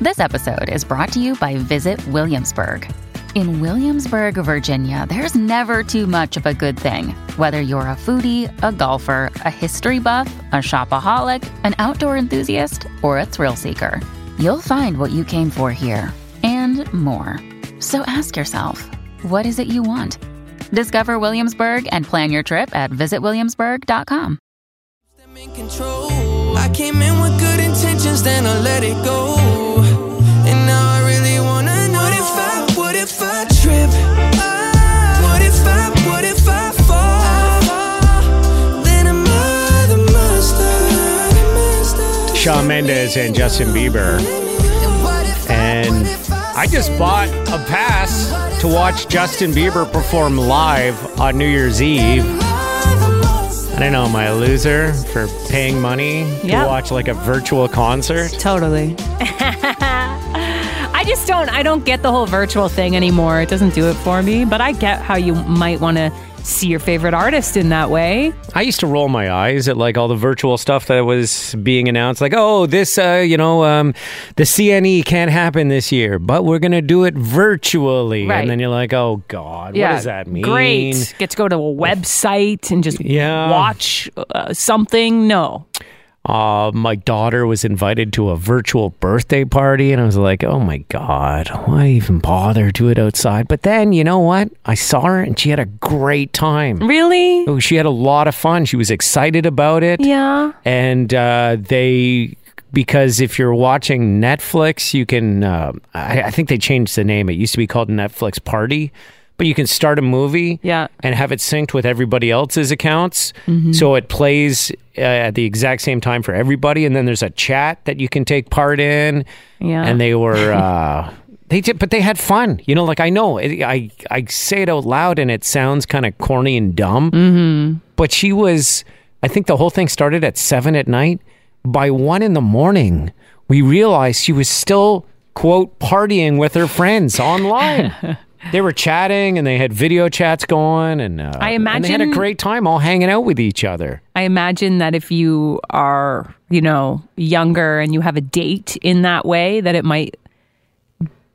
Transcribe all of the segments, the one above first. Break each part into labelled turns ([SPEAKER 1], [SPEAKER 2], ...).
[SPEAKER 1] This episode is brought to you by Visit Williamsburg. In Williamsburg, Virginia, there's never too much of a good thing. Whether you're a foodie, a golfer, a history buff, a shopaholic, an outdoor enthusiast, or a thrill seeker, you'll find what you came for here and more. So ask yourself, what is it you want? Discover Williamsburg and plan your trip at visitwilliamsburg.com.
[SPEAKER 2] I'm in control. I came in with good intentions, then I let it go. And now I really wanna know what if I, what if I trip? Ah, What if I, what if I fall? Then am I the master?
[SPEAKER 3] Shawn Mendes and Justin Bieber. And I just bought a pass to watch Justin Bieber perform live on New Year's Eve. I don't know, am I a loser for paying money to
[SPEAKER 4] Yeah.
[SPEAKER 3] watch like a virtual concert?
[SPEAKER 4] Totally. I just don't I don't get the whole virtual thing anymore. It doesn't do it for me, but I get how you might want to see your favorite artist in that way.
[SPEAKER 3] I used to roll my eyes at like all the virtual stuff that was being announced. Like, oh, this, uh, you know, um, the CNE can't happen this year, but we're going to do it virtually.
[SPEAKER 4] Right.
[SPEAKER 3] And then you're like, oh, God, what does that mean?
[SPEAKER 4] Great. Get to go to a website and just
[SPEAKER 3] Yeah.
[SPEAKER 4] watch uh, something. No.
[SPEAKER 3] uh, my daughter was invited to a virtual birthday party, and I was like, oh my God, why even bother? Do it outside. But then, you know what? I saw her, and she had a great
[SPEAKER 4] Mm.
[SPEAKER 3] time.
[SPEAKER 4] Really?
[SPEAKER 3] Oh, She had a lot of fun. She was excited about it.
[SPEAKER 4] Yeah.
[SPEAKER 3] And uh, they, because if you're watching Netflix, you can, uh, I, I think they changed the name. It used to be called Netflix Party, but you can start a movie
[SPEAKER 4] Yeah. Mm-hmm.
[SPEAKER 3] and have it synced with everybody else's accounts. So it plays uh, at the exact same time for everybody. And then there's a chat that you can take part in.
[SPEAKER 4] Yeah.
[SPEAKER 3] And they were. Uh, They did, but they had fun, you know. Like I know, it, I I say it out loud, and it sounds kind of corny and dumb. Mm-hmm. But she was. I think the whole thing started at seven at night. By one in the morning, we realized she was still quote partying with her friends online. they were chatting, and they had video chats going, and uh,
[SPEAKER 4] I
[SPEAKER 3] and they had a
[SPEAKER 4] imagine-
[SPEAKER 3] great time all hanging out with each other.
[SPEAKER 4] I imagine that if you are, you know, younger and you have a date in that way, that it might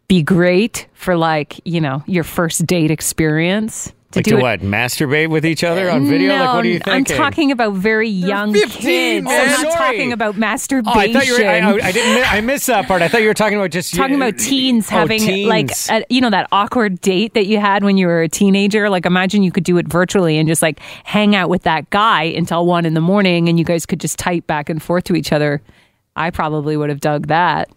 [SPEAKER 4] be great for like, you know, your first date experience.
[SPEAKER 3] Like to what? Masturbate with each other on video?
[SPEAKER 4] Uh, No,
[SPEAKER 3] like what are you
[SPEAKER 4] I'm
[SPEAKER 3] thinking?
[SPEAKER 4] talking about very young
[SPEAKER 3] 15,
[SPEAKER 4] kids.
[SPEAKER 3] man.
[SPEAKER 4] I'm not
[SPEAKER 3] Sorry.
[SPEAKER 4] talking about
[SPEAKER 3] Oh,
[SPEAKER 4] masturbation.
[SPEAKER 3] I thought you were. I, I, I didn't. mi- I missed that part. I thought you were talking about just
[SPEAKER 4] talking about teens
[SPEAKER 3] Oh,
[SPEAKER 4] having like
[SPEAKER 3] teens.
[SPEAKER 4] a, you know that awkward date that you had when you were a teenager like imagine you could do it virtually and just like hang out with that guy until one in the morning and you guys could just type back and forth to each other i probably would have dug that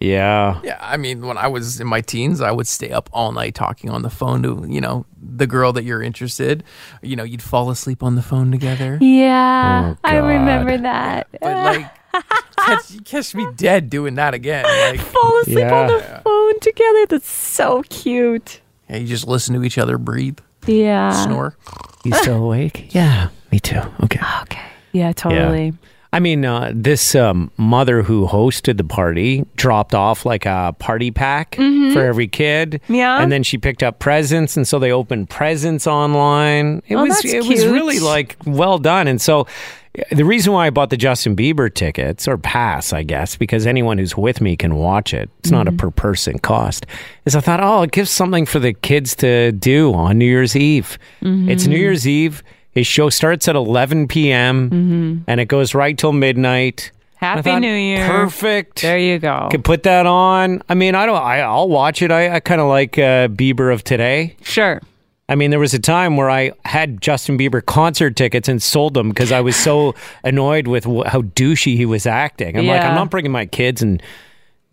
[SPEAKER 3] yeah.
[SPEAKER 5] Yeah, I mean, when I was in my teens, I would stay up all night talking on the phone to, you know, the girl that you're interested. You know, you'd fall asleep on the phone together.
[SPEAKER 4] yeah
[SPEAKER 3] Oh, I remember
[SPEAKER 4] that
[SPEAKER 5] But like, catch, you catch me dead doing that again. Like,
[SPEAKER 4] fall asleep on
[SPEAKER 3] Yeah.
[SPEAKER 4] the phone together that's so cute
[SPEAKER 5] yeah, you just listen to each other breathe,
[SPEAKER 4] yeah
[SPEAKER 5] snore.
[SPEAKER 3] You still awake? yeah, me too. Okay.
[SPEAKER 4] okay yeah totally
[SPEAKER 3] I mean, uh, this um, mother who hosted the party dropped off like a party pack for every kid.
[SPEAKER 4] Yeah.
[SPEAKER 3] and then she picked up presents, and so they opened presents online. It
[SPEAKER 4] Oh,
[SPEAKER 3] was
[SPEAKER 4] that's
[SPEAKER 3] it was
[SPEAKER 4] cute.
[SPEAKER 3] really like well done, and so. uh, The reason why I bought the Justin Bieber tickets or pass, I guess, because anyone who's with me can watch it. It's not a
[SPEAKER 4] Mm-hmm.
[SPEAKER 3] per person cost. Is I thought, oh, it gives something for the kids to do on New Year's Eve.
[SPEAKER 4] Mm-hmm.
[SPEAKER 3] It's New Year's Eve. His show starts at 11 p.m. and it goes right till midnight. And I
[SPEAKER 4] Mm-hmm. happy
[SPEAKER 3] thought,
[SPEAKER 4] new year
[SPEAKER 3] Perfect.
[SPEAKER 4] there you go
[SPEAKER 3] Can put that on. I mean, I don't. I, I'll watch it. I, I kind of like uh, Bieber of today.
[SPEAKER 4] sure
[SPEAKER 3] I mean, there was a time where I had Justin Bieber concert tickets and sold them because I was so annoyed with wh- how douchey he was acting. I'm like,
[SPEAKER 4] Yeah.
[SPEAKER 3] I'm not bringing my kids and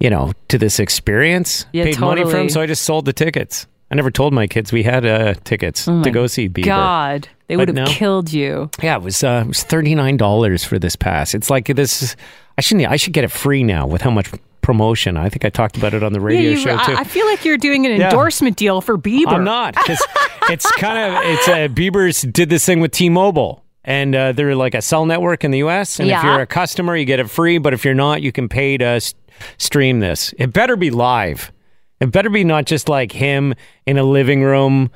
[SPEAKER 3] you know to this experience.
[SPEAKER 4] Yeah,
[SPEAKER 3] Paid money for them,
[SPEAKER 4] totally.
[SPEAKER 3] so I just sold the tickets. I never told my kids we had uh, tickets to go see Bieber.
[SPEAKER 4] Oh god they
[SPEAKER 3] But
[SPEAKER 4] would have
[SPEAKER 3] no.
[SPEAKER 4] killed you
[SPEAKER 3] Yeah, it was uh, it was thirty nine dollars for this pass. It's like this. Is, I shouldn't. I should get it free now with how much promotion. I think I talked about it on the radio
[SPEAKER 4] you-
[SPEAKER 3] show
[SPEAKER 4] I-
[SPEAKER 3] too.
[SPEAKER 4] I, feel like you're doing an
[SPEAKER 3] Yeah.
[SPEAKER 4] endorsement deal for Bieber.
[SPEAKER 3] I'm not. 'cause it's kind of it's uh, Bieber's did this thing with T-Mobile, and uh, they're like a cell network in the U.S. And if
[SPEAKER 4] Yeah.
[SPEAKER 3] you're a customer, you get it free. But if you're not, you can pay to s- stream this. It better be live. It better be not just like him in a living room.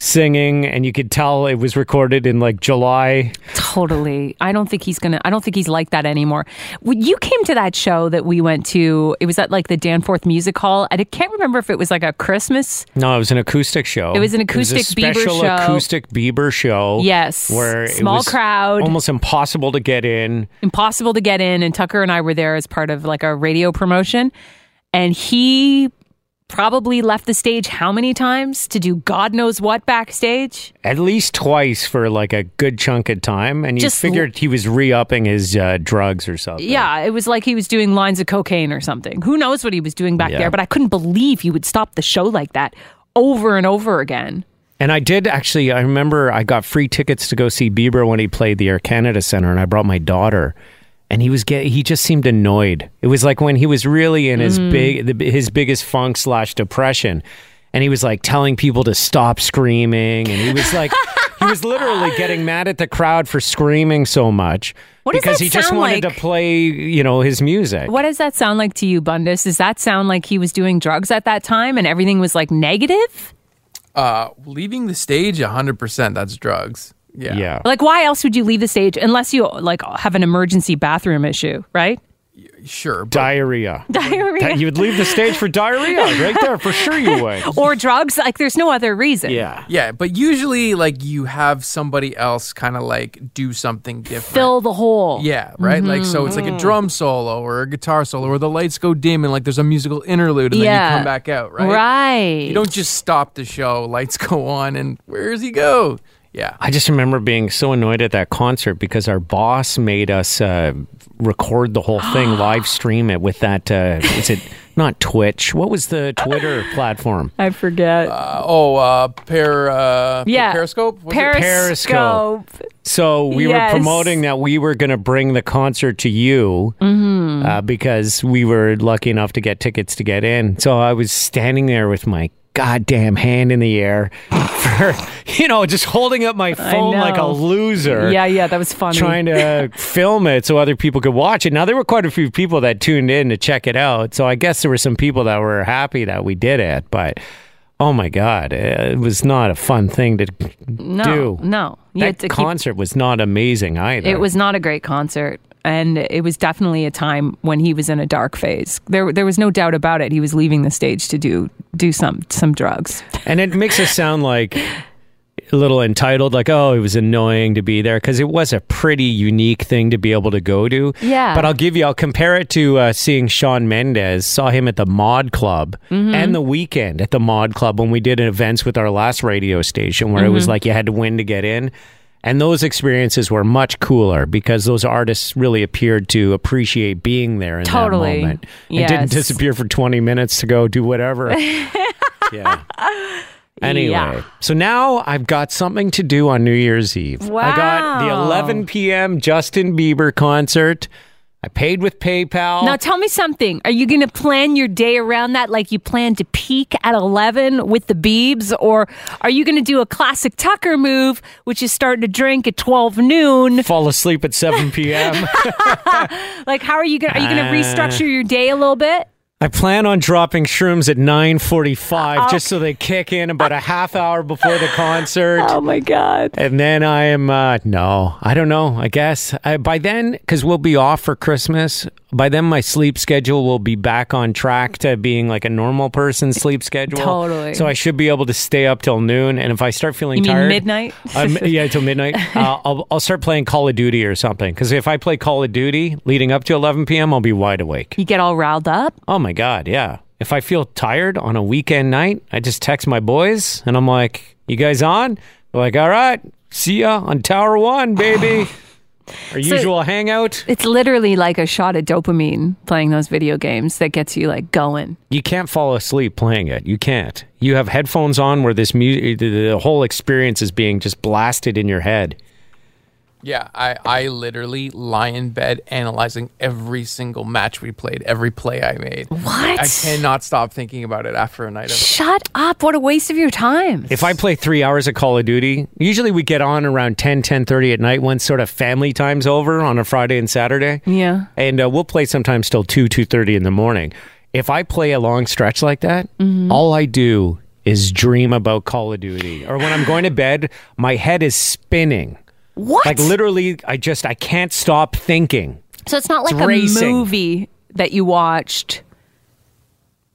[SPEAKER 3] singing, and you could tell it was recorded in like July.
[SPEAKER 4] Totally. I don't think he's gonna. I don't think he's like that anymore. When you came to that show that we went to, it was at like the Danforth Music Hall. I can't remember if it was like a Christmas.
[SPEAKER 3] No, it was an acoustic show.
[SPEAKER 4] It was an
[SPEAKER 3] it
[SPEAKER 4] acoustic
[SPEAKER 3] was a
[SPEAKER 4] Bieber
[SPEAKER 3] special
[SPEAKER 4] show.
[SPEAKER 3] acoustic Bieber show.
[SPEAKER 4] Yes.
[SPEAKER 3] where it
[SPEAKER 4] Small
[SPEAKER 3] was
[SPEAKER 4] crowd.
[SPEAKER 3] almost impossible to get in.
[SPEAKER 4] impossible to get in and tucker and i were there as part of like a radio promotion and he probably left the stage how many times to do god knows what backstage
[SPEAKER 3] At least twice for like a good chunk of time, and you
[SPEAKER 4] Just l-
[SPEAKER 3] figured he was re-upping his uh, drugs or something.
[SPEAKER 4] yeah it was like he was doing lines of cocaine or something who knows what he was doing back
[SPEAKER 3] Yeah.
[SPEAKER 4] there but i couldn't believe you would stop the show like that over and over again
[SPEAKER 3] And I did actually. I remember I got free tickets to go see Bieber when he played the Air Canada Center, and I brought my daughter. And he was get. He just seemed annoyed. It was like when he was really in
[SPEAKER 4] Mm.
[SPEAKER 3] his big, the, his biggest funk slash depression, and he was like telling people to stop screaming, and he was like. He was literally getting mad at the crowd for screaming so much
[SPEAKER 4] What does
[SPEAKER 3] because
[SPEAKER 4] that
[SPEAKER 3] he just
[SPEAKER 4] sound
[SPEAKER 3] wanted
[SPEAKER 4] like?
[SPEAKER 3] to play, you know, his music.
[SPEAKER 4] what does that sound like to you bundus does that sound like he was doing drugs at that time and everything was like negative
[SPEAKER 5] Uh, leaving the stage, hundred percent. That's drugs. Yeah.
[SPEAKER 3] Yeah.
[SPEAKER 4] like why else would you leave the stage unless you like have an emergency bathroom issue right
[SPEAKER 5] Sure. But
[SPEAKER 3] diarrhea.
[SPEAKER 4] diarrhea
[SPEAKER 3] That- you would leave the stage for diarrhea right there for sure. You would.
[SPEAKER 4] or drugs. Like, there's no other reason.
[SPEAKER 3] Yeah.
[SPEAKER 5] yeah, but usually, like, you have somebody else kind of like do something different.
[SPEAKER 4] Fill the hole.
[SPEAKER 5] Yeah, right. Like so, it's like
[SPEAKER 4] Mm-hmm.
[SPEAKER 5] a drum solo or a guitar solo, or the lights go dim and like there's a musical interlude, and
[SPEAKER 4] Yeah.
[SPEAKER 5] then you come back out, right?
[SPEAKER 4] Right.
[SPEAKER 5] You don't just stop the show. Lights go on, and where does he go? Yeah,
[SPEAKER 3] I just remember being so annoyed at that concert because our boss made us uh, record the whole thing, live stream it with that. Uh, is it not Twitch? What was the Twitter platform?
[SPEAKER 4] I forget.
[SPEAKER 5] Uh, oh, uh, per, uh,
[SPEAKER 4] yeah.
[SPEAKER 5] Periscope. Was it-
[SPEAKER 3] Periscope? So we
[SPEAKER 4] Yes.
[SPEAKER 3] were promoting that we were going to bring the concert to you
[SPEAKER 4] Mm-hmm.
[SPEAKER 3] uh, because we were lucky enough to get tickets to get in. So I was standing there with my goddamn hand in the air for, you know, just holding up my phone like a
[SPEAKER 4] know.
[SPEAKER 3] loser.
[SPEAKER 4] Yeah, yeah, that was funny.
[SPEAKER 3] trying to film it so other people could watch it. Now there were quite a few people that tuned in to check it out, so I guess there were some people that were happy that we did it. But oh my god, it was not a fun thing to
[SPEAKER 4] no,
[SPEAKER 3] do.
[SPEAKER 4] No. You had
[SPEAKER 3] That
[SPEAKER 4] to keep-
[SPEAKER 3] concert was not amazing either.
[SPEAKER 4] it was not a great concert. And it was definitely a time when he was in a dark phase. There, there was no doubt about it. He was leaving the stage to do do some some drugs.
[SPEAKER 3] and it makes us sound like a little entitled, like oh, it was annoying to be there because it was a pretty unique thing to be able to go to.
[SPEAKER 4] Yeah.
[SPEAKER 3] But I'll give you, I'll compare it to uh, seeing Sean Mendez. Saw him at the Mod Club
[SPEAKER 4] Mm-hmm.
[SPEAKER 3] and the weekend at the Mod Club when we did events with our last radio station where it
[SPEAKER 4] Mm-hmm.
[SPEAKER 3] was like you had to win to get in. And those experiences were much cooler because those artists really appeared to appreciate being there in
[SPEAKER 4] Totally.
[SPEAKER 3] that moment. And didn't
[SPEAKER 4] Yes.
[SPEAKER 3] disappear for 20 minutes to go do whatever. yeah. Anyway,
[SPEAKER 4] Yeah.
[SPEAKER 3] so now I've got something to do on New Year's Eve. I got the
[SPEAKER 4] Wow.
[SPEAKER 3] 11 p.m. Justin Bieber concert. I paid with PayPal.
[SPEAKER 4] Now tell me something. Are you going to plan your day around that like you plan to peak at 11 with the Beebs or are you going to do a classic Tucker move which is start to drink at 12 noon?
[SPEAKER 3] Fall asleep at 7 p.m.
[SPEAKER 4] Like how are you going to are you going to
[SPEAKER 3] Uh,
[SPEAKER 4] restructure your day a little bit?
[SPEAKER 3] I plan on dropping shrooms at 9:45
[SPEAKER 4] Oh.
[SPEAKER 3] just so they kick in about a half hour before the concert.
[SPEAKER 4] Oh my god.
[SPEAKER 3] And then I am uh, no, I don't know. I guess I, by then, because we'll be off for Christmas. By then, my sleep schedule will be back on track to being like a normal person's sleep schedule.
[SPEAKER 4] Totally.
[SPEAKER 3] So I should be able to stay up till noon. And if I start feeling
[SPEAKER 4] You mean
[SPEAKER 3] tired,
[SPEAKER 4] midnight?
[SPEAKER 3] I'm- yeah, till midnight. Uh, I'll, I'll start playing Call of Duty or something. Because if I play Call of Duty leading up to 11 p.m., I'll be wide awake.
[SPEAKER 4] You get all riled up?
[SPEAKER 3] Oh my God, yeah. If I feel tired on a weekend night, I just text my boys and I'm like, you guys on? They're like, all right, see ya on Tower One, baby. Our usual hangout.
[SPEAKER 4] It's literally like a shot of dopamine playing those video games that gets you like going.
[SPEAKER 3] You can't fall asleep playing it. You can't. You have headphones on where this mu- the, the whole experience is being just blasted in your head.
[SPEAKER 5] Yeah, I, I literally lie in bed analyzing every single match we played, every play I made. What? I cannot stop thinking about it after a night of.
[SPEAKER 4] Shut up. What a waste of your time.
[SPEAKER 3] If I play three hours of Call of Duty, usually we get on around 10, 10.30 at night when sort of family time's over on a Friday and Saturday.
[SPEAKER 4] Yeah.
[SPEAKER 3] And uh, we'll play sometimes
[SPEAKER 4] Mm-hmm.
[SPEAKER 3] till 2, 2.30 in the morning. If I play a long stretch like that, all I do is dream about Call of Duty. Or when I'm going to bed, my head is spinning.
[SPEAKER 4] What?
[SPEAKER 3] Like literally, I just I can't stop thinking.
[SPEAKER 4] so it's not like a
[SPEAKER 3] racing.
[SPEAKER 4] movie that you watched.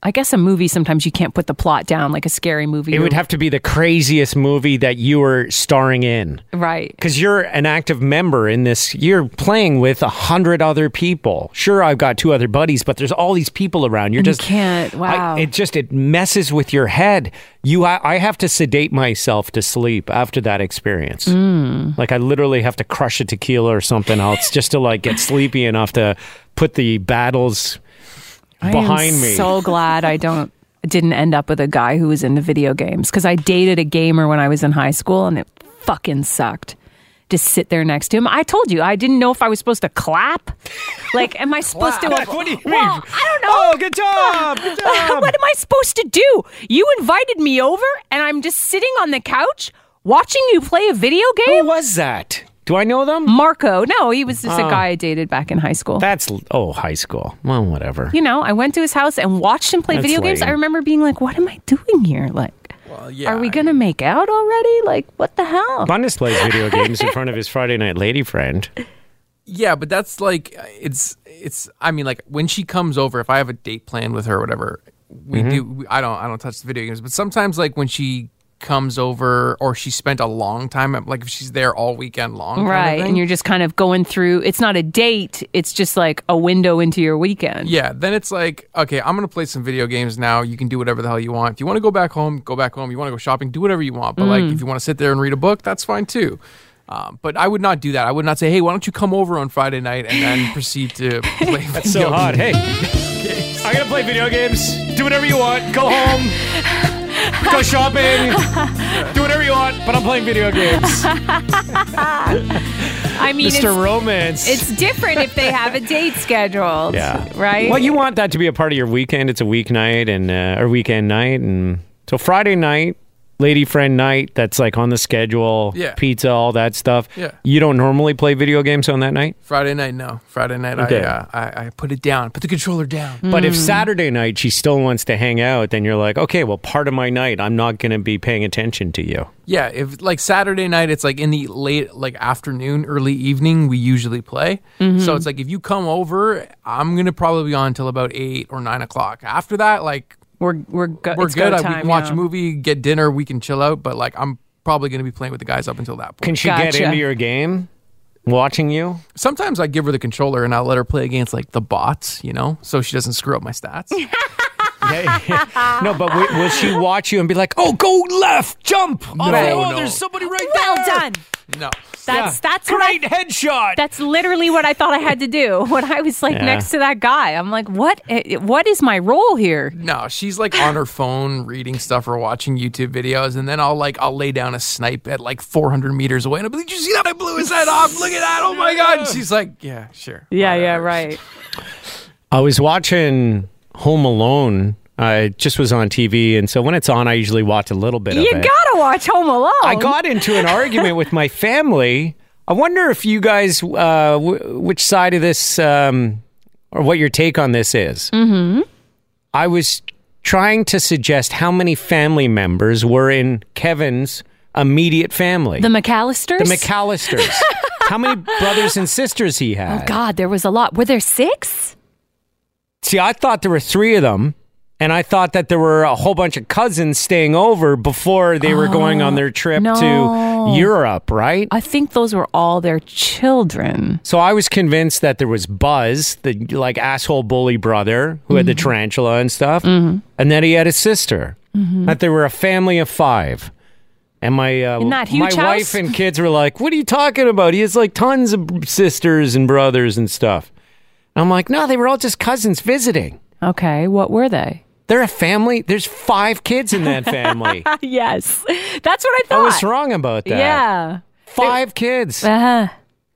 [SPEAKER 4] I guess a movie sometimes you can't put the plot down like a scary movie.
[SPEAKER 3] It would have to be the craziest movie that you were starring in.
[SPEAKER 4] right.
[SPEAKER 3] Because you're an active member in this, you're playing with a hundred other people. Sure, I've got two other buddies, but there's all these people around. You're
[SPEAKER 4] You
[SPEAKER 3] just
[SPEAKER 4] can't- wow.
[SPEAKER 3] I, it just it messes with your head. You, I, I have to sedate myself to sleep after that experience.
[SPEAKER 4] Mm.
[SPEAKER 3] Like I literally have to crush a tequila or something else just to like get sleepy enough to put the battles behind
[SPEAKER 4] I am
[SPEAKER 3] me.
[SPEAKER 4] So glad I don't didn't end up with a guy who was into video games because I dated a gamer when I was in high school and it fucking sucked. To sit there next to him, I told you I didn't know if I was supposed to clap. Like, am I supposed to?
[SPEAKER 3] Clap? What do you mean?
[SPEAKER 4] Well, I don't know.
[SPEAKER 3] Oh, good job, good job.
[SPEAKER 4] what am I supposed to do? You invited me over, and I'm just sitting on the couch watching you play a video
[SPEAKER 3] Who
[SPEAKER 4] game.
[SPEAKER 3] was that? Do I know them?
[SPEAKER 4] Marco, no, he was
[SPEAKER 3] Uh.
[SPEAKER 4] just a guy I dated back in high school.
[SPEAKER 3] That's oh, high school. Well, whatever.
[SPEAKER 4] you know, I went to his house and watched him play
[SPEAKER 3] That's
[SPEAKER 4] video games.
[SPEAKER 3] lame.
[SPEAKER 4] I remember being like, what am I doing here? Like,
[SPEAKER 5] Well, yeah,
[SPEAKER 4] are we
[SPEAKER 5] I
[SPEAKER 4] going to make out already? Like, what the hell?
[SPEAKER 3] Bundes plays video games in front of his Friday night lady friend.
[SPEAKER 5] Yeah, but that's like it's it's. I mean, like when she comes over, if I have a date plan with her, or whatever we do, we, I don't I don't touch the video games. But sometimes, like when she comes over or she spent a long time, like if she's there all weekend long, kind of
[SPEAKER 4] Right.
[SPEAKER 5] thing,
[SPEAKER 4] And you're just kind of going through, it's not a date, it's just like a window into your weekend.
[SPEAKER 5] yeah. Then it's like okay, I'm gonna play some video games now. You can do whatever the hell you want. If you want to go back home, go back home. You want to go shopping, do whatever you want. But like
[SPEAKER 4] Mm.
[SPEAKER 5] if you want to sit there and read a book, that's fine too. Um, but I would not do that. I would not say, "Hey, why don't you come over on Friday night and then proceed to play?" That's
[SPEAKER 3] So hot. Hey, I'm gonna play video games. Do whatever you want. Go home. Go shopping. Do whatever you want. But I'm playing video games.
[SPEAKER 4] I mean,
[SPEAKER 3] Mr.
[SPEAKER 4] it's,
[SPEAKER 3] Romance.
[SPEAKER 4] it's different if they have a date scheduled.
[SPEAKER 3] yeah.
[SPEAKER 4] Right?
[SPEAKER 3] Well, you want that to be a part of your weekend. It's a weeknight and uh, or weekend night, and so Friday night. Lady friend night that's like on the schedule,
[SPEAKER 5] Yeah.
[SPEAKER 3] pizza, all that stuff.
[SPEAKER 5] Yeah.
[SPEAKER 3] You don't normally play video games on that night?
[SPEAKER 5] Friday night, no. Friday night,
[SPEAKER 3] Okay.
[SPEAKER 5] I, uh, I I put it down, put the controller down.
[SPEAKER 4] Hmm.
[SPEAKER 3] But if Saturday night she still wants to hang out, then you're like, okay, well, part of my night, I'm not going to be paying attention to you.
[SPEAKER 5] Yeah, if like Saturday night, it's like in the late like afternoon, early evening. We usually play,
[SPEAKER 4] Mm-hmm.
[SPEAKER 5] so it's like if you come over, I'm gonna probably be on until about eight or nine o'clock. After that, like
[SPEAKER 4] we're, we're, go-
[SPEAKER 5] we're
[SPEAKER 4] it's
[SPEAKER 5] good.
[SPEAKER 4] Go
[SPEAKER 5] I-
[SPEAKER 4] time,
[SPEAKER 5] we can watch
[SPEAKER 4] yeah.
[SPEAKER 5] a movie, get dinner, we can chill out. But like I'm probably gonna be playing with the guys up until that point.
[SPEAKER 3] Can she get
[SPEAKER 4] Gotcha.
[SPEAKER 3] into your game watching you?
[SPEAKER 5] Sometimes I give her the controller and I'll let her play against like the bots, you know, so she doesn't screw up my stats.
[SPEAKER 3] no, but wi- will she watch you and be like, oh, go left, jump? Oh,
[SPEAKER 5] No,
[SPEAKER 3] oh,
[SPEAKER 5] no.
[SPEAKER 3] there's somebody right
[SPEAKER 4] Well
[SPEAKER 3] there.
[SPEAKER 4] done.
[SPEAKER 5] no,
[SPEAKER 4] That's, that's what I
[SPEAKER 3] Great headshot.
[SPEAKER 4] That's literally what I thought I had to do when I was like
[SPEAKER 3] Yeah.
[SPEAKER 4] next to that guy. I'm like, what? eh, What is my role here?
[SPEAKER 5] No, she's like on her phone reading stuff or watching YouTube videos, and then I'll like I'll lay down a snipe at like 400 meters away, and I'll be like, "Did you see that? I blew his head off. Look at that! Oh my god!" And she's like, "Yeah, sure." whatever."
[SPEAKER 4] right.
[SPEAKER 3] I was watching Home Alone. Uh, it just was on TV. And so when it's on, I usually watch a little bit
[SPEAKER 4] You
[SPEAKER 3] of it.
[SPEAKER 4] gotta watch Home Alone.
[SPEAKER 3] I got into an argument with my family. I wonder if you guys, uh, w- which side of this, um, or what your take on this is. Mm-hmm. I was trying to suggest how many family members were in Kevin's immediate family,
[SPEAKER 4] the McAllisters.
[SPEAKER 3] the McAllisters. how many brothers and sisters he had?
[SPEAKER 4] Oh God, there was a lot. Were there six?
[SPEAKER 3] See, I thought there were three of them, and I thought that there were a whole bunch of cousins staying over before they were going on their trip
[SPEAKER 4] Oh, no.
[SPEAKER 3] to Europe, right?
[SPEAKER 4] I think those were all their children.
[SPEAKER 3] So I was convinced that there was Buzz, the like asshole bully brother who had the
[SPEAKER 4] Mm-hmm.
[SPEAKER 3] tarantula and stuff, and that he had a sister.
[SPEAKER 4] Mm-hmm.
[SPEAKER 3] That they were a family of five. And my uh,
[SPEAKER 4] In that
[SPEAKER 3] my
[SPEAKER 4] huge house?
[SPEAKER 3] wife and kids were like, "What are you talking about? He has like tons of sisters and brothers and stuff." And I'm like, "No, they were all just cousins visiting.
[SPEAKER 4] Okay, what were they?
[SPEAKER 3] They're a family. There's five kids in that family."
[SPEAKER 4] yes, that's what I
[SPEAKER 3] I
[SPEAKER 4] thought.
[SPEAKER 3] was wrong about that.
[SPEAKER 4] Yeah,
[SPEAKER 3] five kids.
[SPEAKER 4] uh,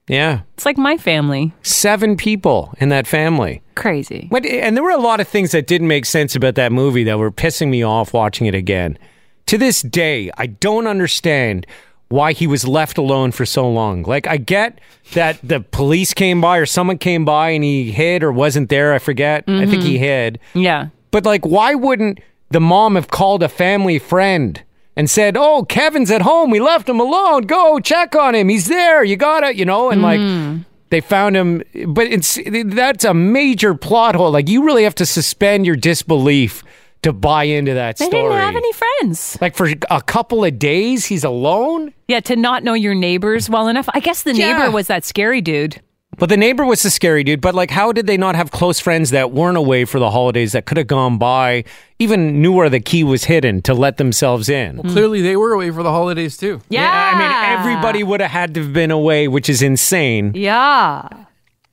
[SPEAKER 3] Yeah,
[SPEAKER 4] it's like my family.
[SPEAKER 3] seven people in that family.
[SPEAKER 4] Crazy.
[SPEAKER 3] But, and there were a lot of things that didn't make sense about that movie that were pissing me off watching it again. To this day, I don't understand why he was left alone for so long. Like, I get that the police came by or someone came by and he hid or wasn't there. I forget. I think he hid.
[SPEAKER 4] Yeah.
[SPEAKER 3] But, like, why wouldn't the mom have called a family friend and said, "Oh, Kevin's at home. We left him alone. Go check on him. He's there. You got it." You know, and
[SPEAKER 4] Mm-hmm.
[SPEAKER 3] like they found him, but it's that's a major plot hole. Like you really have to suspend your disbelief to buy into that
[SPEAKER 4] They
[SPEAKER 3] story.
[SPEAKER 4] didn't have any friends.
[SPEAKER 3] like for a couple of days, he's alone.
[SPEAKER 4] Yeah, to not know your neighbors well enough. I guess the
[SPEAKER 3] Yeah.
[SPEAKER 4] neighbor was that scary dude.
[SPEAKER 3] But the neighbor was the scary dude. But like, how did they not have close friends that weren't away for the holidays that could have gone by, even knew where the key was hidden to let themselves in?
[SPEAKER 5] Clearly, they were away for the holidays too.
[SPEAKER 4] Yeah.
[SPEAKER 3] I mean, everybody would have had to have been away, which is insane.
[SPEAKER 4] Yeah.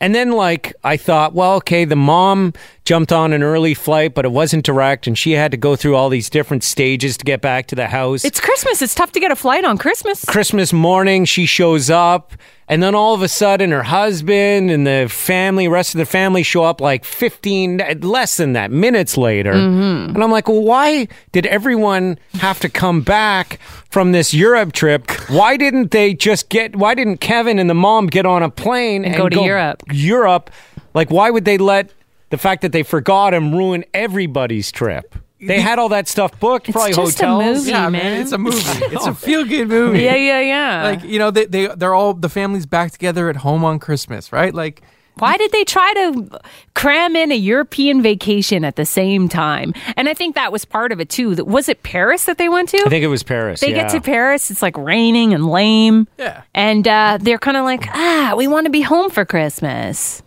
[SPEAKER 3] And then, like, I thought, well, okay, the mom jumped on an early flight, but it wasn't direct, and she had to go through all these different stages to get back to the house.
[SPEAKER 4] It's Christmas. It's tough to get a flight on Christmas.
[SPEAKER 3] Christmas morning, she shows up, and then all of a sudden, her husband and the family, rest of the family, show up like 15, less than that, minutes later.
[SPEAKER 4] Mm-hmm.
[SPEAKER 3] And I'm like, well, why did everyone have to come back from this Europe trip? Why didn't they just get, why didn't Kevin and the mom get on a plane and,
[SPEAKER 4] go to Europe.
[SPEAKER 3] Europe. Like, why would they let the fact that they forgot him ruin everybody's trip? They had all that stuff booked, probably
[SPEAKER 4] just a
[SPEAKER 3] hotels.
[SPEAKER 4] movie.
[SPEAKER 5] Yeah,
[SPEAKER 4] man.
[SPEAKER 5] man, it's a movie. It's a feel good movie.
[SPEAKER 4] Yeah, yeah, yeah.
[SPEAKER 5] Like you know, they they they're all the family's back together at home on Christmas, right? Like
[SPEAKER 4] Why did they try to cram in a European vacation at the same time? And I think that was part of it too. That was it Paris that they went to?
[SPEAKER 3] I think it was Paris.
[SPEAKER 4] they
[SPEAKER 3] yeah.
[SPEAKER 4] get to Paris, it's like raining and lame.
[SPEAKER 5] Yeah.
[SPEAKER 4] And uh, they're kind of like, ah, we want to be home for Christmas.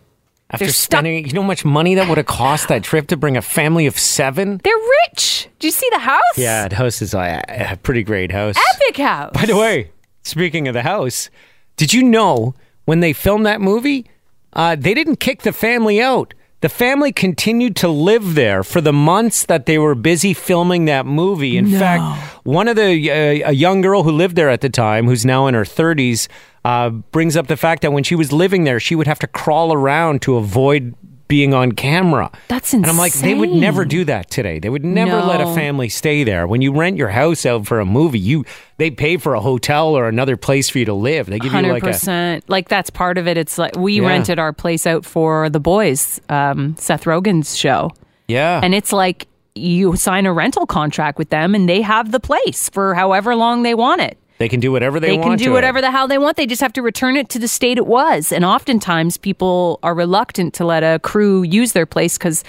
[SPEAKER 3] After
[SPEAKER 4] They're stuck-
[SPEAKER 3] spending, you know how much money that would have cost that trip to bring a family of seven?
[SPEAKER 4] They're rich. Do you see the house?
[SPEAKER 3] Yeah, the house is a, a pretty great house.
[SPEAKER 4] Epic house.
[SPEAKER 3] By the way, speaking of the house, did you know when they filmed that movie, uh, they didn't kick the family out? The family continued to live there for the months that they were busy filming that movie. In fact, one of the uh, a young girl who lived there at the time, who's now in her thirties, uh, brings up the fact that when she was living there, she would have to crawl around to avoid being on camera.
[SPEAKER 4] That's
[SPEAKER 3] And I'm like, they would
[SPEAKER 4] insane.
[SPEAKER 3] never do that today. They would never let a
[SPEAKER 4] No.
[SPEAKER 3] family family stay there. When you rent your house out for a movie, you they pay for a hotel or another place for you to live. They give you
[SPEAKER 4] Hundred
[SPEAKER 3] like a
[SPEAKER 4] percent. Like that's part of it. It's like we
[SPEAKER 3] Yeah.
[SPEAKER 4] rented our place out for the boys, um, Seth Rogen's show,
[SPEAKER 3] yeah.
[SPEAKER 4] and it's like you sign a rental contract with them, and they have the place for however long they want it.
[SPEAKER 3] they can do whatever they,
[SPEAKER 4] They
[SPEAKER 3] want.
[SPEAKER 4] can do
[SPEAKER 3] to
[SPEAKER 4] whatever
[SPEAKER 3] It.
[SPEAKER 4] the hell they want. They just have to return it to the state it was. And oftentimes, people are reluctant to let a crew use their place because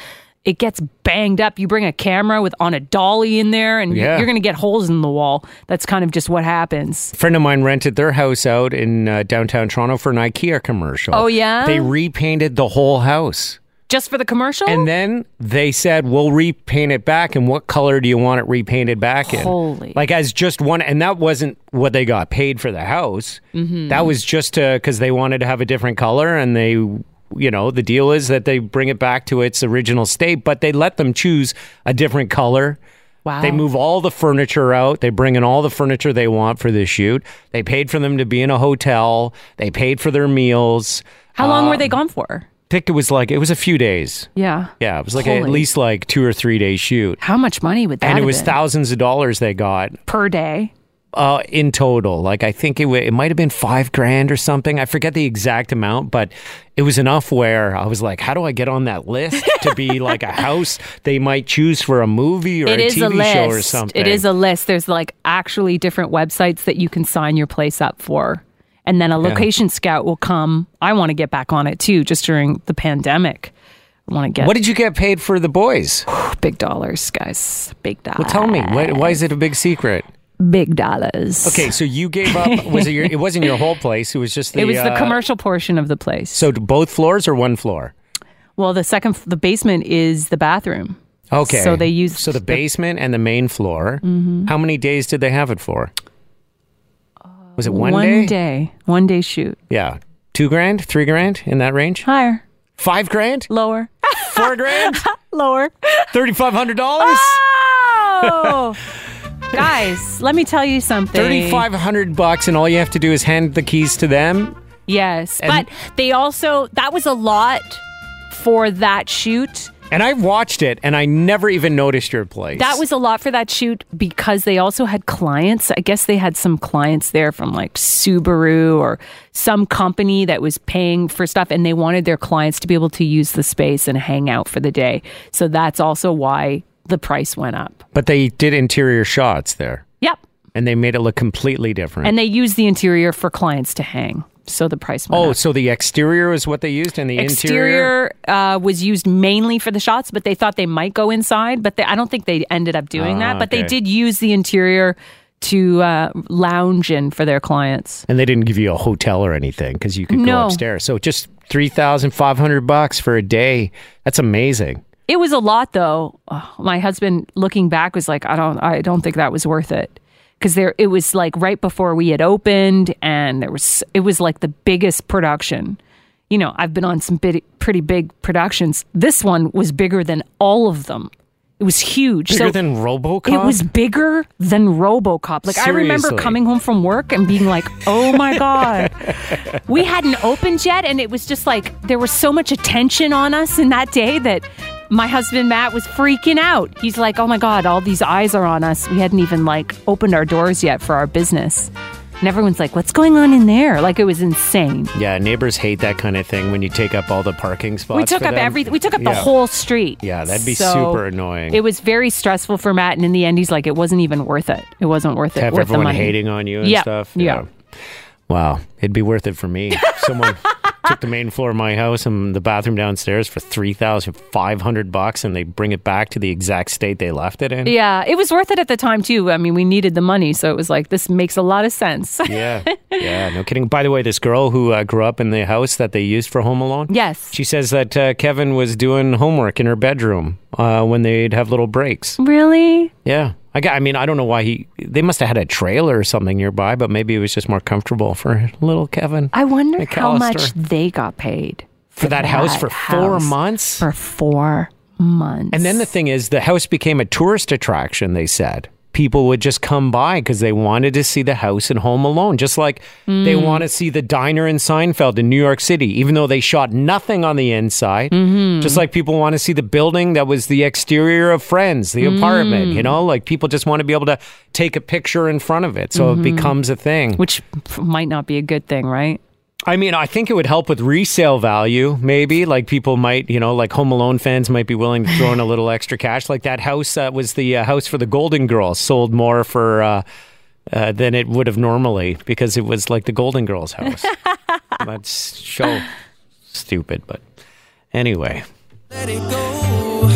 [SPEAKER 4] it gets banged up. You bring a camera with on a dolly in there, and
[SPEAKER 3] Yeah.
[SPEAKER 4] you're going to get holes in the wall. That's kind of just what happens.
[SPEAKER 3] A friend of mine rented their house out in uh, downtown Toronto for an IKEA commercial.
[SPEAKER 4] Oh, yeah?
[SPEAKER 3] they repainted the whole house,
[SPEAKER 4] Just for the commercial.
[SPEAKER 3] and then they said, "We'll repaint it back." And what color do you want it repainted back in?
[SPEAKER 4] Holy.
[SPEAKER 3] Like as just one, and that wasn't what they got paid for the house.
[SPEAKER 4] Mm-hmm.
[SPEAKER 3] That was just because they wanted to have a different color, and they, you know, the deal is that they bring it back to its original state, but they let them choose a different color.
[SPEAKER 4] wow.
[SPEAKER 3] They move all the furniture out. They bring in all the furniture they want for the shoot. They paid for them to be in a hotel. They paid for their meals.
[SPEAKER 4] How long were they
[SPEAKER 3] um,
[SPEAKER 4] gone for?
[SPEAKER 3] I think it was like it was a few days.
[SPEAKER 4] Yeah.
[SPEAKER 3] Yeah, it was like at
[SPEAKER 4] Holy.
[SPEAKER 3] least like two or three day shoot,
[SPEAKER 4] How much money would that?
[SPEAKER 3] and it
[SPEAKER 4] have
[SPEAKER 3] was
[SPEAKER 4] been?
[SPEAKER 3] thousands of dollars they got
[SPEAKER 4] per day.
[SPEAKER 3] uh, in total. Like I think it wa it might have been five grand or something. I forget the exact amount, but it was enough where I was like, how do I get on that list to be like a house they might choose for a movie or
[SPEAKER 4] It
[SPEAKER 3] a
[SPEAKER 4] is
[SPEAKER 3] TV
[SPEAKER 4] a list.
[SPEAKER 3] show or something?
[SPEAKER 4] It is a list. There's like actually different websites that you can sign your place up for. And then a location scout will come. I want to get back on it too, just during the pandemic. I want to get
[SPEAKER 3] What did you get paid for the boys?
[SPEAKER 4] big dollars, guys. Big dollars.
[SPEAKER 3] Well, tell me, why, why is it a big secret?
[SPEAKER 4] Big dollars.
[SPEAKER 3] Okay, so you gave up. Was it your? It wasn't your whole place. It was just the.
[SPEAKER 4] it was the
[SPEAKER 3] uh,
[SPEAKER 4] commercial portion of the place.
[SPEAKER 3] So both floors or one floor?
[SPEAKER 4] well, the second, the basement is the bathroom.
[SPEAKER 3] Okay.
[SPEAKER 4] So they used
[SPEAKER 3] so the
[SPEAKER 4] the- Mm-hmm.
[SPEAKER 3] basement and the main floor. How many days did they have it for? Was it one,
[SPEAKER 4] Uh, One day, one day shoot.
[SPEAKER 3] Yeah, two grand, three grand in that range.
[SPEAKER 4] Higher,
[SPEAKER 3] Five grand,
[SPEAKER 4] lower,
[SPEAKER 3] four grand,
[SPEAKER 4] lower.
[SPEAKER 3] thirty five hundred dollars.
[SPEAKER 4] Ah! Oh, guys, let me tell you something.
[SPEAKER 3] Thirty five hundred bucks, and all you have to do is hand the keys to them.
[SPEAKER 4] Yes,
[SPEAKER 3] And-
[SPEAKER 4] but they also that was a lot for that shoot.
[SPEAKER 3] And I watched it, and I never even noticed your place.
[SPEAKER 4] That was a lot for that shoot because they also had clients. I guess they had some clients there from like Subaru or some company that was paying for stuff and they wanted their clients to be able to use the space and hang out for the day. So that's also why the price went up.
[SPEAKER 3] But they did interior shots there,
[SPEAKER 4] Yep.
[SPEAKER 3] and they made it look completely different.
[SPEAKER 4] And they used the interior for clients to hang. So the price went
[SPEAKER 3] oh,
[SPEAKER 4] up.
[SPEAKER 3] so the exterior is what they used, and the interior.
[SPEAKER 4] Exterior uh, was used mainly for the shots, but they thought they might go inside. But they, I don't think they ended up doing
[SPEAKER 3] Ah,
[SPEAKER 4] that. But
[SPEAKER 3] okay.
[SPEAKER 4] they did use the interior to uh, lounge in for their clients.
[SPEAKER 3] And they didn't give you a hotel or anything because you could go
[SPEAKER 4] No.
[SPEAKER 3] upstairs. So just three thousand five hundred bucks for a day. That's amazing.
[SPEAKER 4] It was a lot, though. Oh, my husband, looking back, was like, "I don't, I don't think that was worth it," because there, it was like right before we had opened, and there was, it was like the biggest production. You know, I've been on some big, pretty big productions. This one was bigger than all of them. It was huge.
[SPEAKER 3] Bigger
[SPEAKER 4] so
[SPEAKER 3] than RoboCop.
[SPEAKER 4] It was bigger than RoboCop. Like I remember
[SPEAKER 3] Seriously.
[SPEAKER 4] coming home from work and being like, "Oh my god." we hadn't opened yet and it was just like there was so much attention on us in that day that my husband Matt was freaking out. He's like, "Oh my god, all these eyes are on us. We hadn't even like opened our doors yet for our business." And everyone's like, "What's going on in there?" Like it was insane.
[SPEAKER 3] Yeah, neighbors hate that kind of thing when you take up all the parking spots.
[SPEAKER 4] We took
[SPEAKER 3] for
[SPEAKER 4] up
[SPEAKER 3] them.
[SPEAKER 4] everything. We took up the
[SPEAKER 3] Yeah.
[SPEAKER 4] whole street.
[SPEAKER 3] Yeah, that'd be
[SPEAKER 4] So
[SPEAKER 3] super annoying.
[SPEAKER 4] It was very stressful for Matt, and in the end, he's like, "It wasn't even worth it. It wasn't worth it.
[SPEAKER 3] have
[SPEAKER 4] worth
[SPEAKER 3] everyone
[SPEAKER 4] the money."
[SPEAKER 3] hating on you and
[SPEAKER 4] Yeah,
[SPEAKER 3] stuff.
[SPEAKER 4] yeah.
[SPEAKER 3] Wow, it'd be worth it for me. Someone took the main floor of my house and the bathroom downstairs for three thousand five hundred bucks, and they bring it back to the exact state they left it in.
[SPEAKER 4] Yeah, it was worth it at the time too. I mean, we needed the money, so it was like this makes a lot of sense.
[SPEAKER 3] Yeah, yeah, no kidding. By the way, this girl who uh, grew up in the house that they used for Home Alone,
[SPEAKER 4] yes,
[SPEAKER 3] she says that uh, Kevin was doing homework in her bedroom uh, when they'd have little breaks.
[SPEAKER 4] really.
[SPEAKER 3] Yeah. I, got, I mean, I don't know why he. They must have had a trailer or something nearby, but maybe it was just more comfortable for little Kevin.
[SPEAKER 4] I wonder how much
[SPEAKER 3] McAllister.
[SPEAKER 4] they got paid
[SPEAKER 3] for that house for four
[SPEAKER 4] house
[SPEAKER 3] months.
[SPEAKER 4] For four months,
[SPEAKER 3] and then the thing is, the house became a tourist attraction. They said people would just come by because they wanted to see the house and Home Alone, just like they want to see the diner in Seinfeld in New York City, even though they shot nothing on the inside. Just like people want to see the building that was the exterior of Friends, the apartment. You know, like people just want to be able to take a picture in front of it, so it becomes a thing.
[SPEAKER 4] which f- might not be a good thing, right?
[SPEAKER 3] I mean, I think it would help with resale value, maybe. Like people might, you know, like Home Alone fans might be willing to throw in a little extra cash. Like that house that was the uh, house for the Golden Girls sold more for uh, uh, than it would have normally because it was like the Golden Girls house. That's so stupid, but anyway.
[SPEAKER 2] Let it go.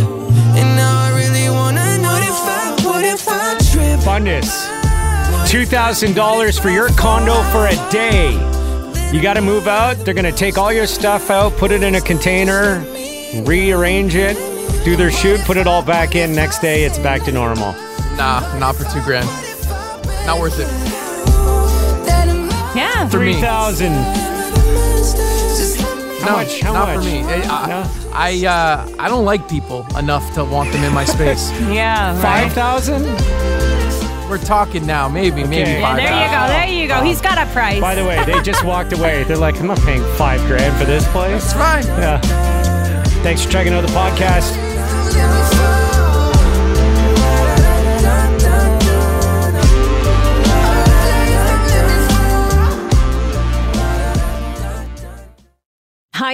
[SPEAKER 2] And now I really wanna know what if I, what if I trip?
[SPEAKER 3] Fundus, two thousand dollars for your condo for a day. You got to move out. They're gonna take all your stuff out, put it in a container, rearrange it, do their shoot, put it all back in. Next day, it's back to normal.
[SPEAKER 5] Nah, not for two grand. Not worth it.
[SPEAKER 4] Yeah,
[SPEAKER 5] For
[SPEAKER 3] Three
[SPEAKER 5] me.
[SPEAKER 3] thousand. How
[SPEAKER 5] no,
[SPEAKER 3] much? How
[SPEAKER 5] not
[SPEAKER 3] much?
[SPEAKER 5] for me. I, I,
[SPEAKER 3] No?
[SPEAKER 5] I, uh, I don't like people enough to want them in my space.
[SPEAKER 4] yeah,
[SPEAKER 3] Five
[SPEAKER 4] right.
[SPEAKER 3] thousand.
[SPEAKER 5] We're talking now, maybe,
[SPEAKER 3] Okay.
[SPEAKER 5] maybe
[SPEAKER 4] Yeah,
[SPEAKER 5] five.
[SPEAKER 4] there you go. There you go. He's got a price.
[SPEAKER 3] By the way, they just walked away. They're like, I'm not paying five grand for this place.
[SPEAKER 5] It's fine.
[SPEAKER 3] Yeah. Thanks for checking out the podcast.
[SPEAKER 6] Hi,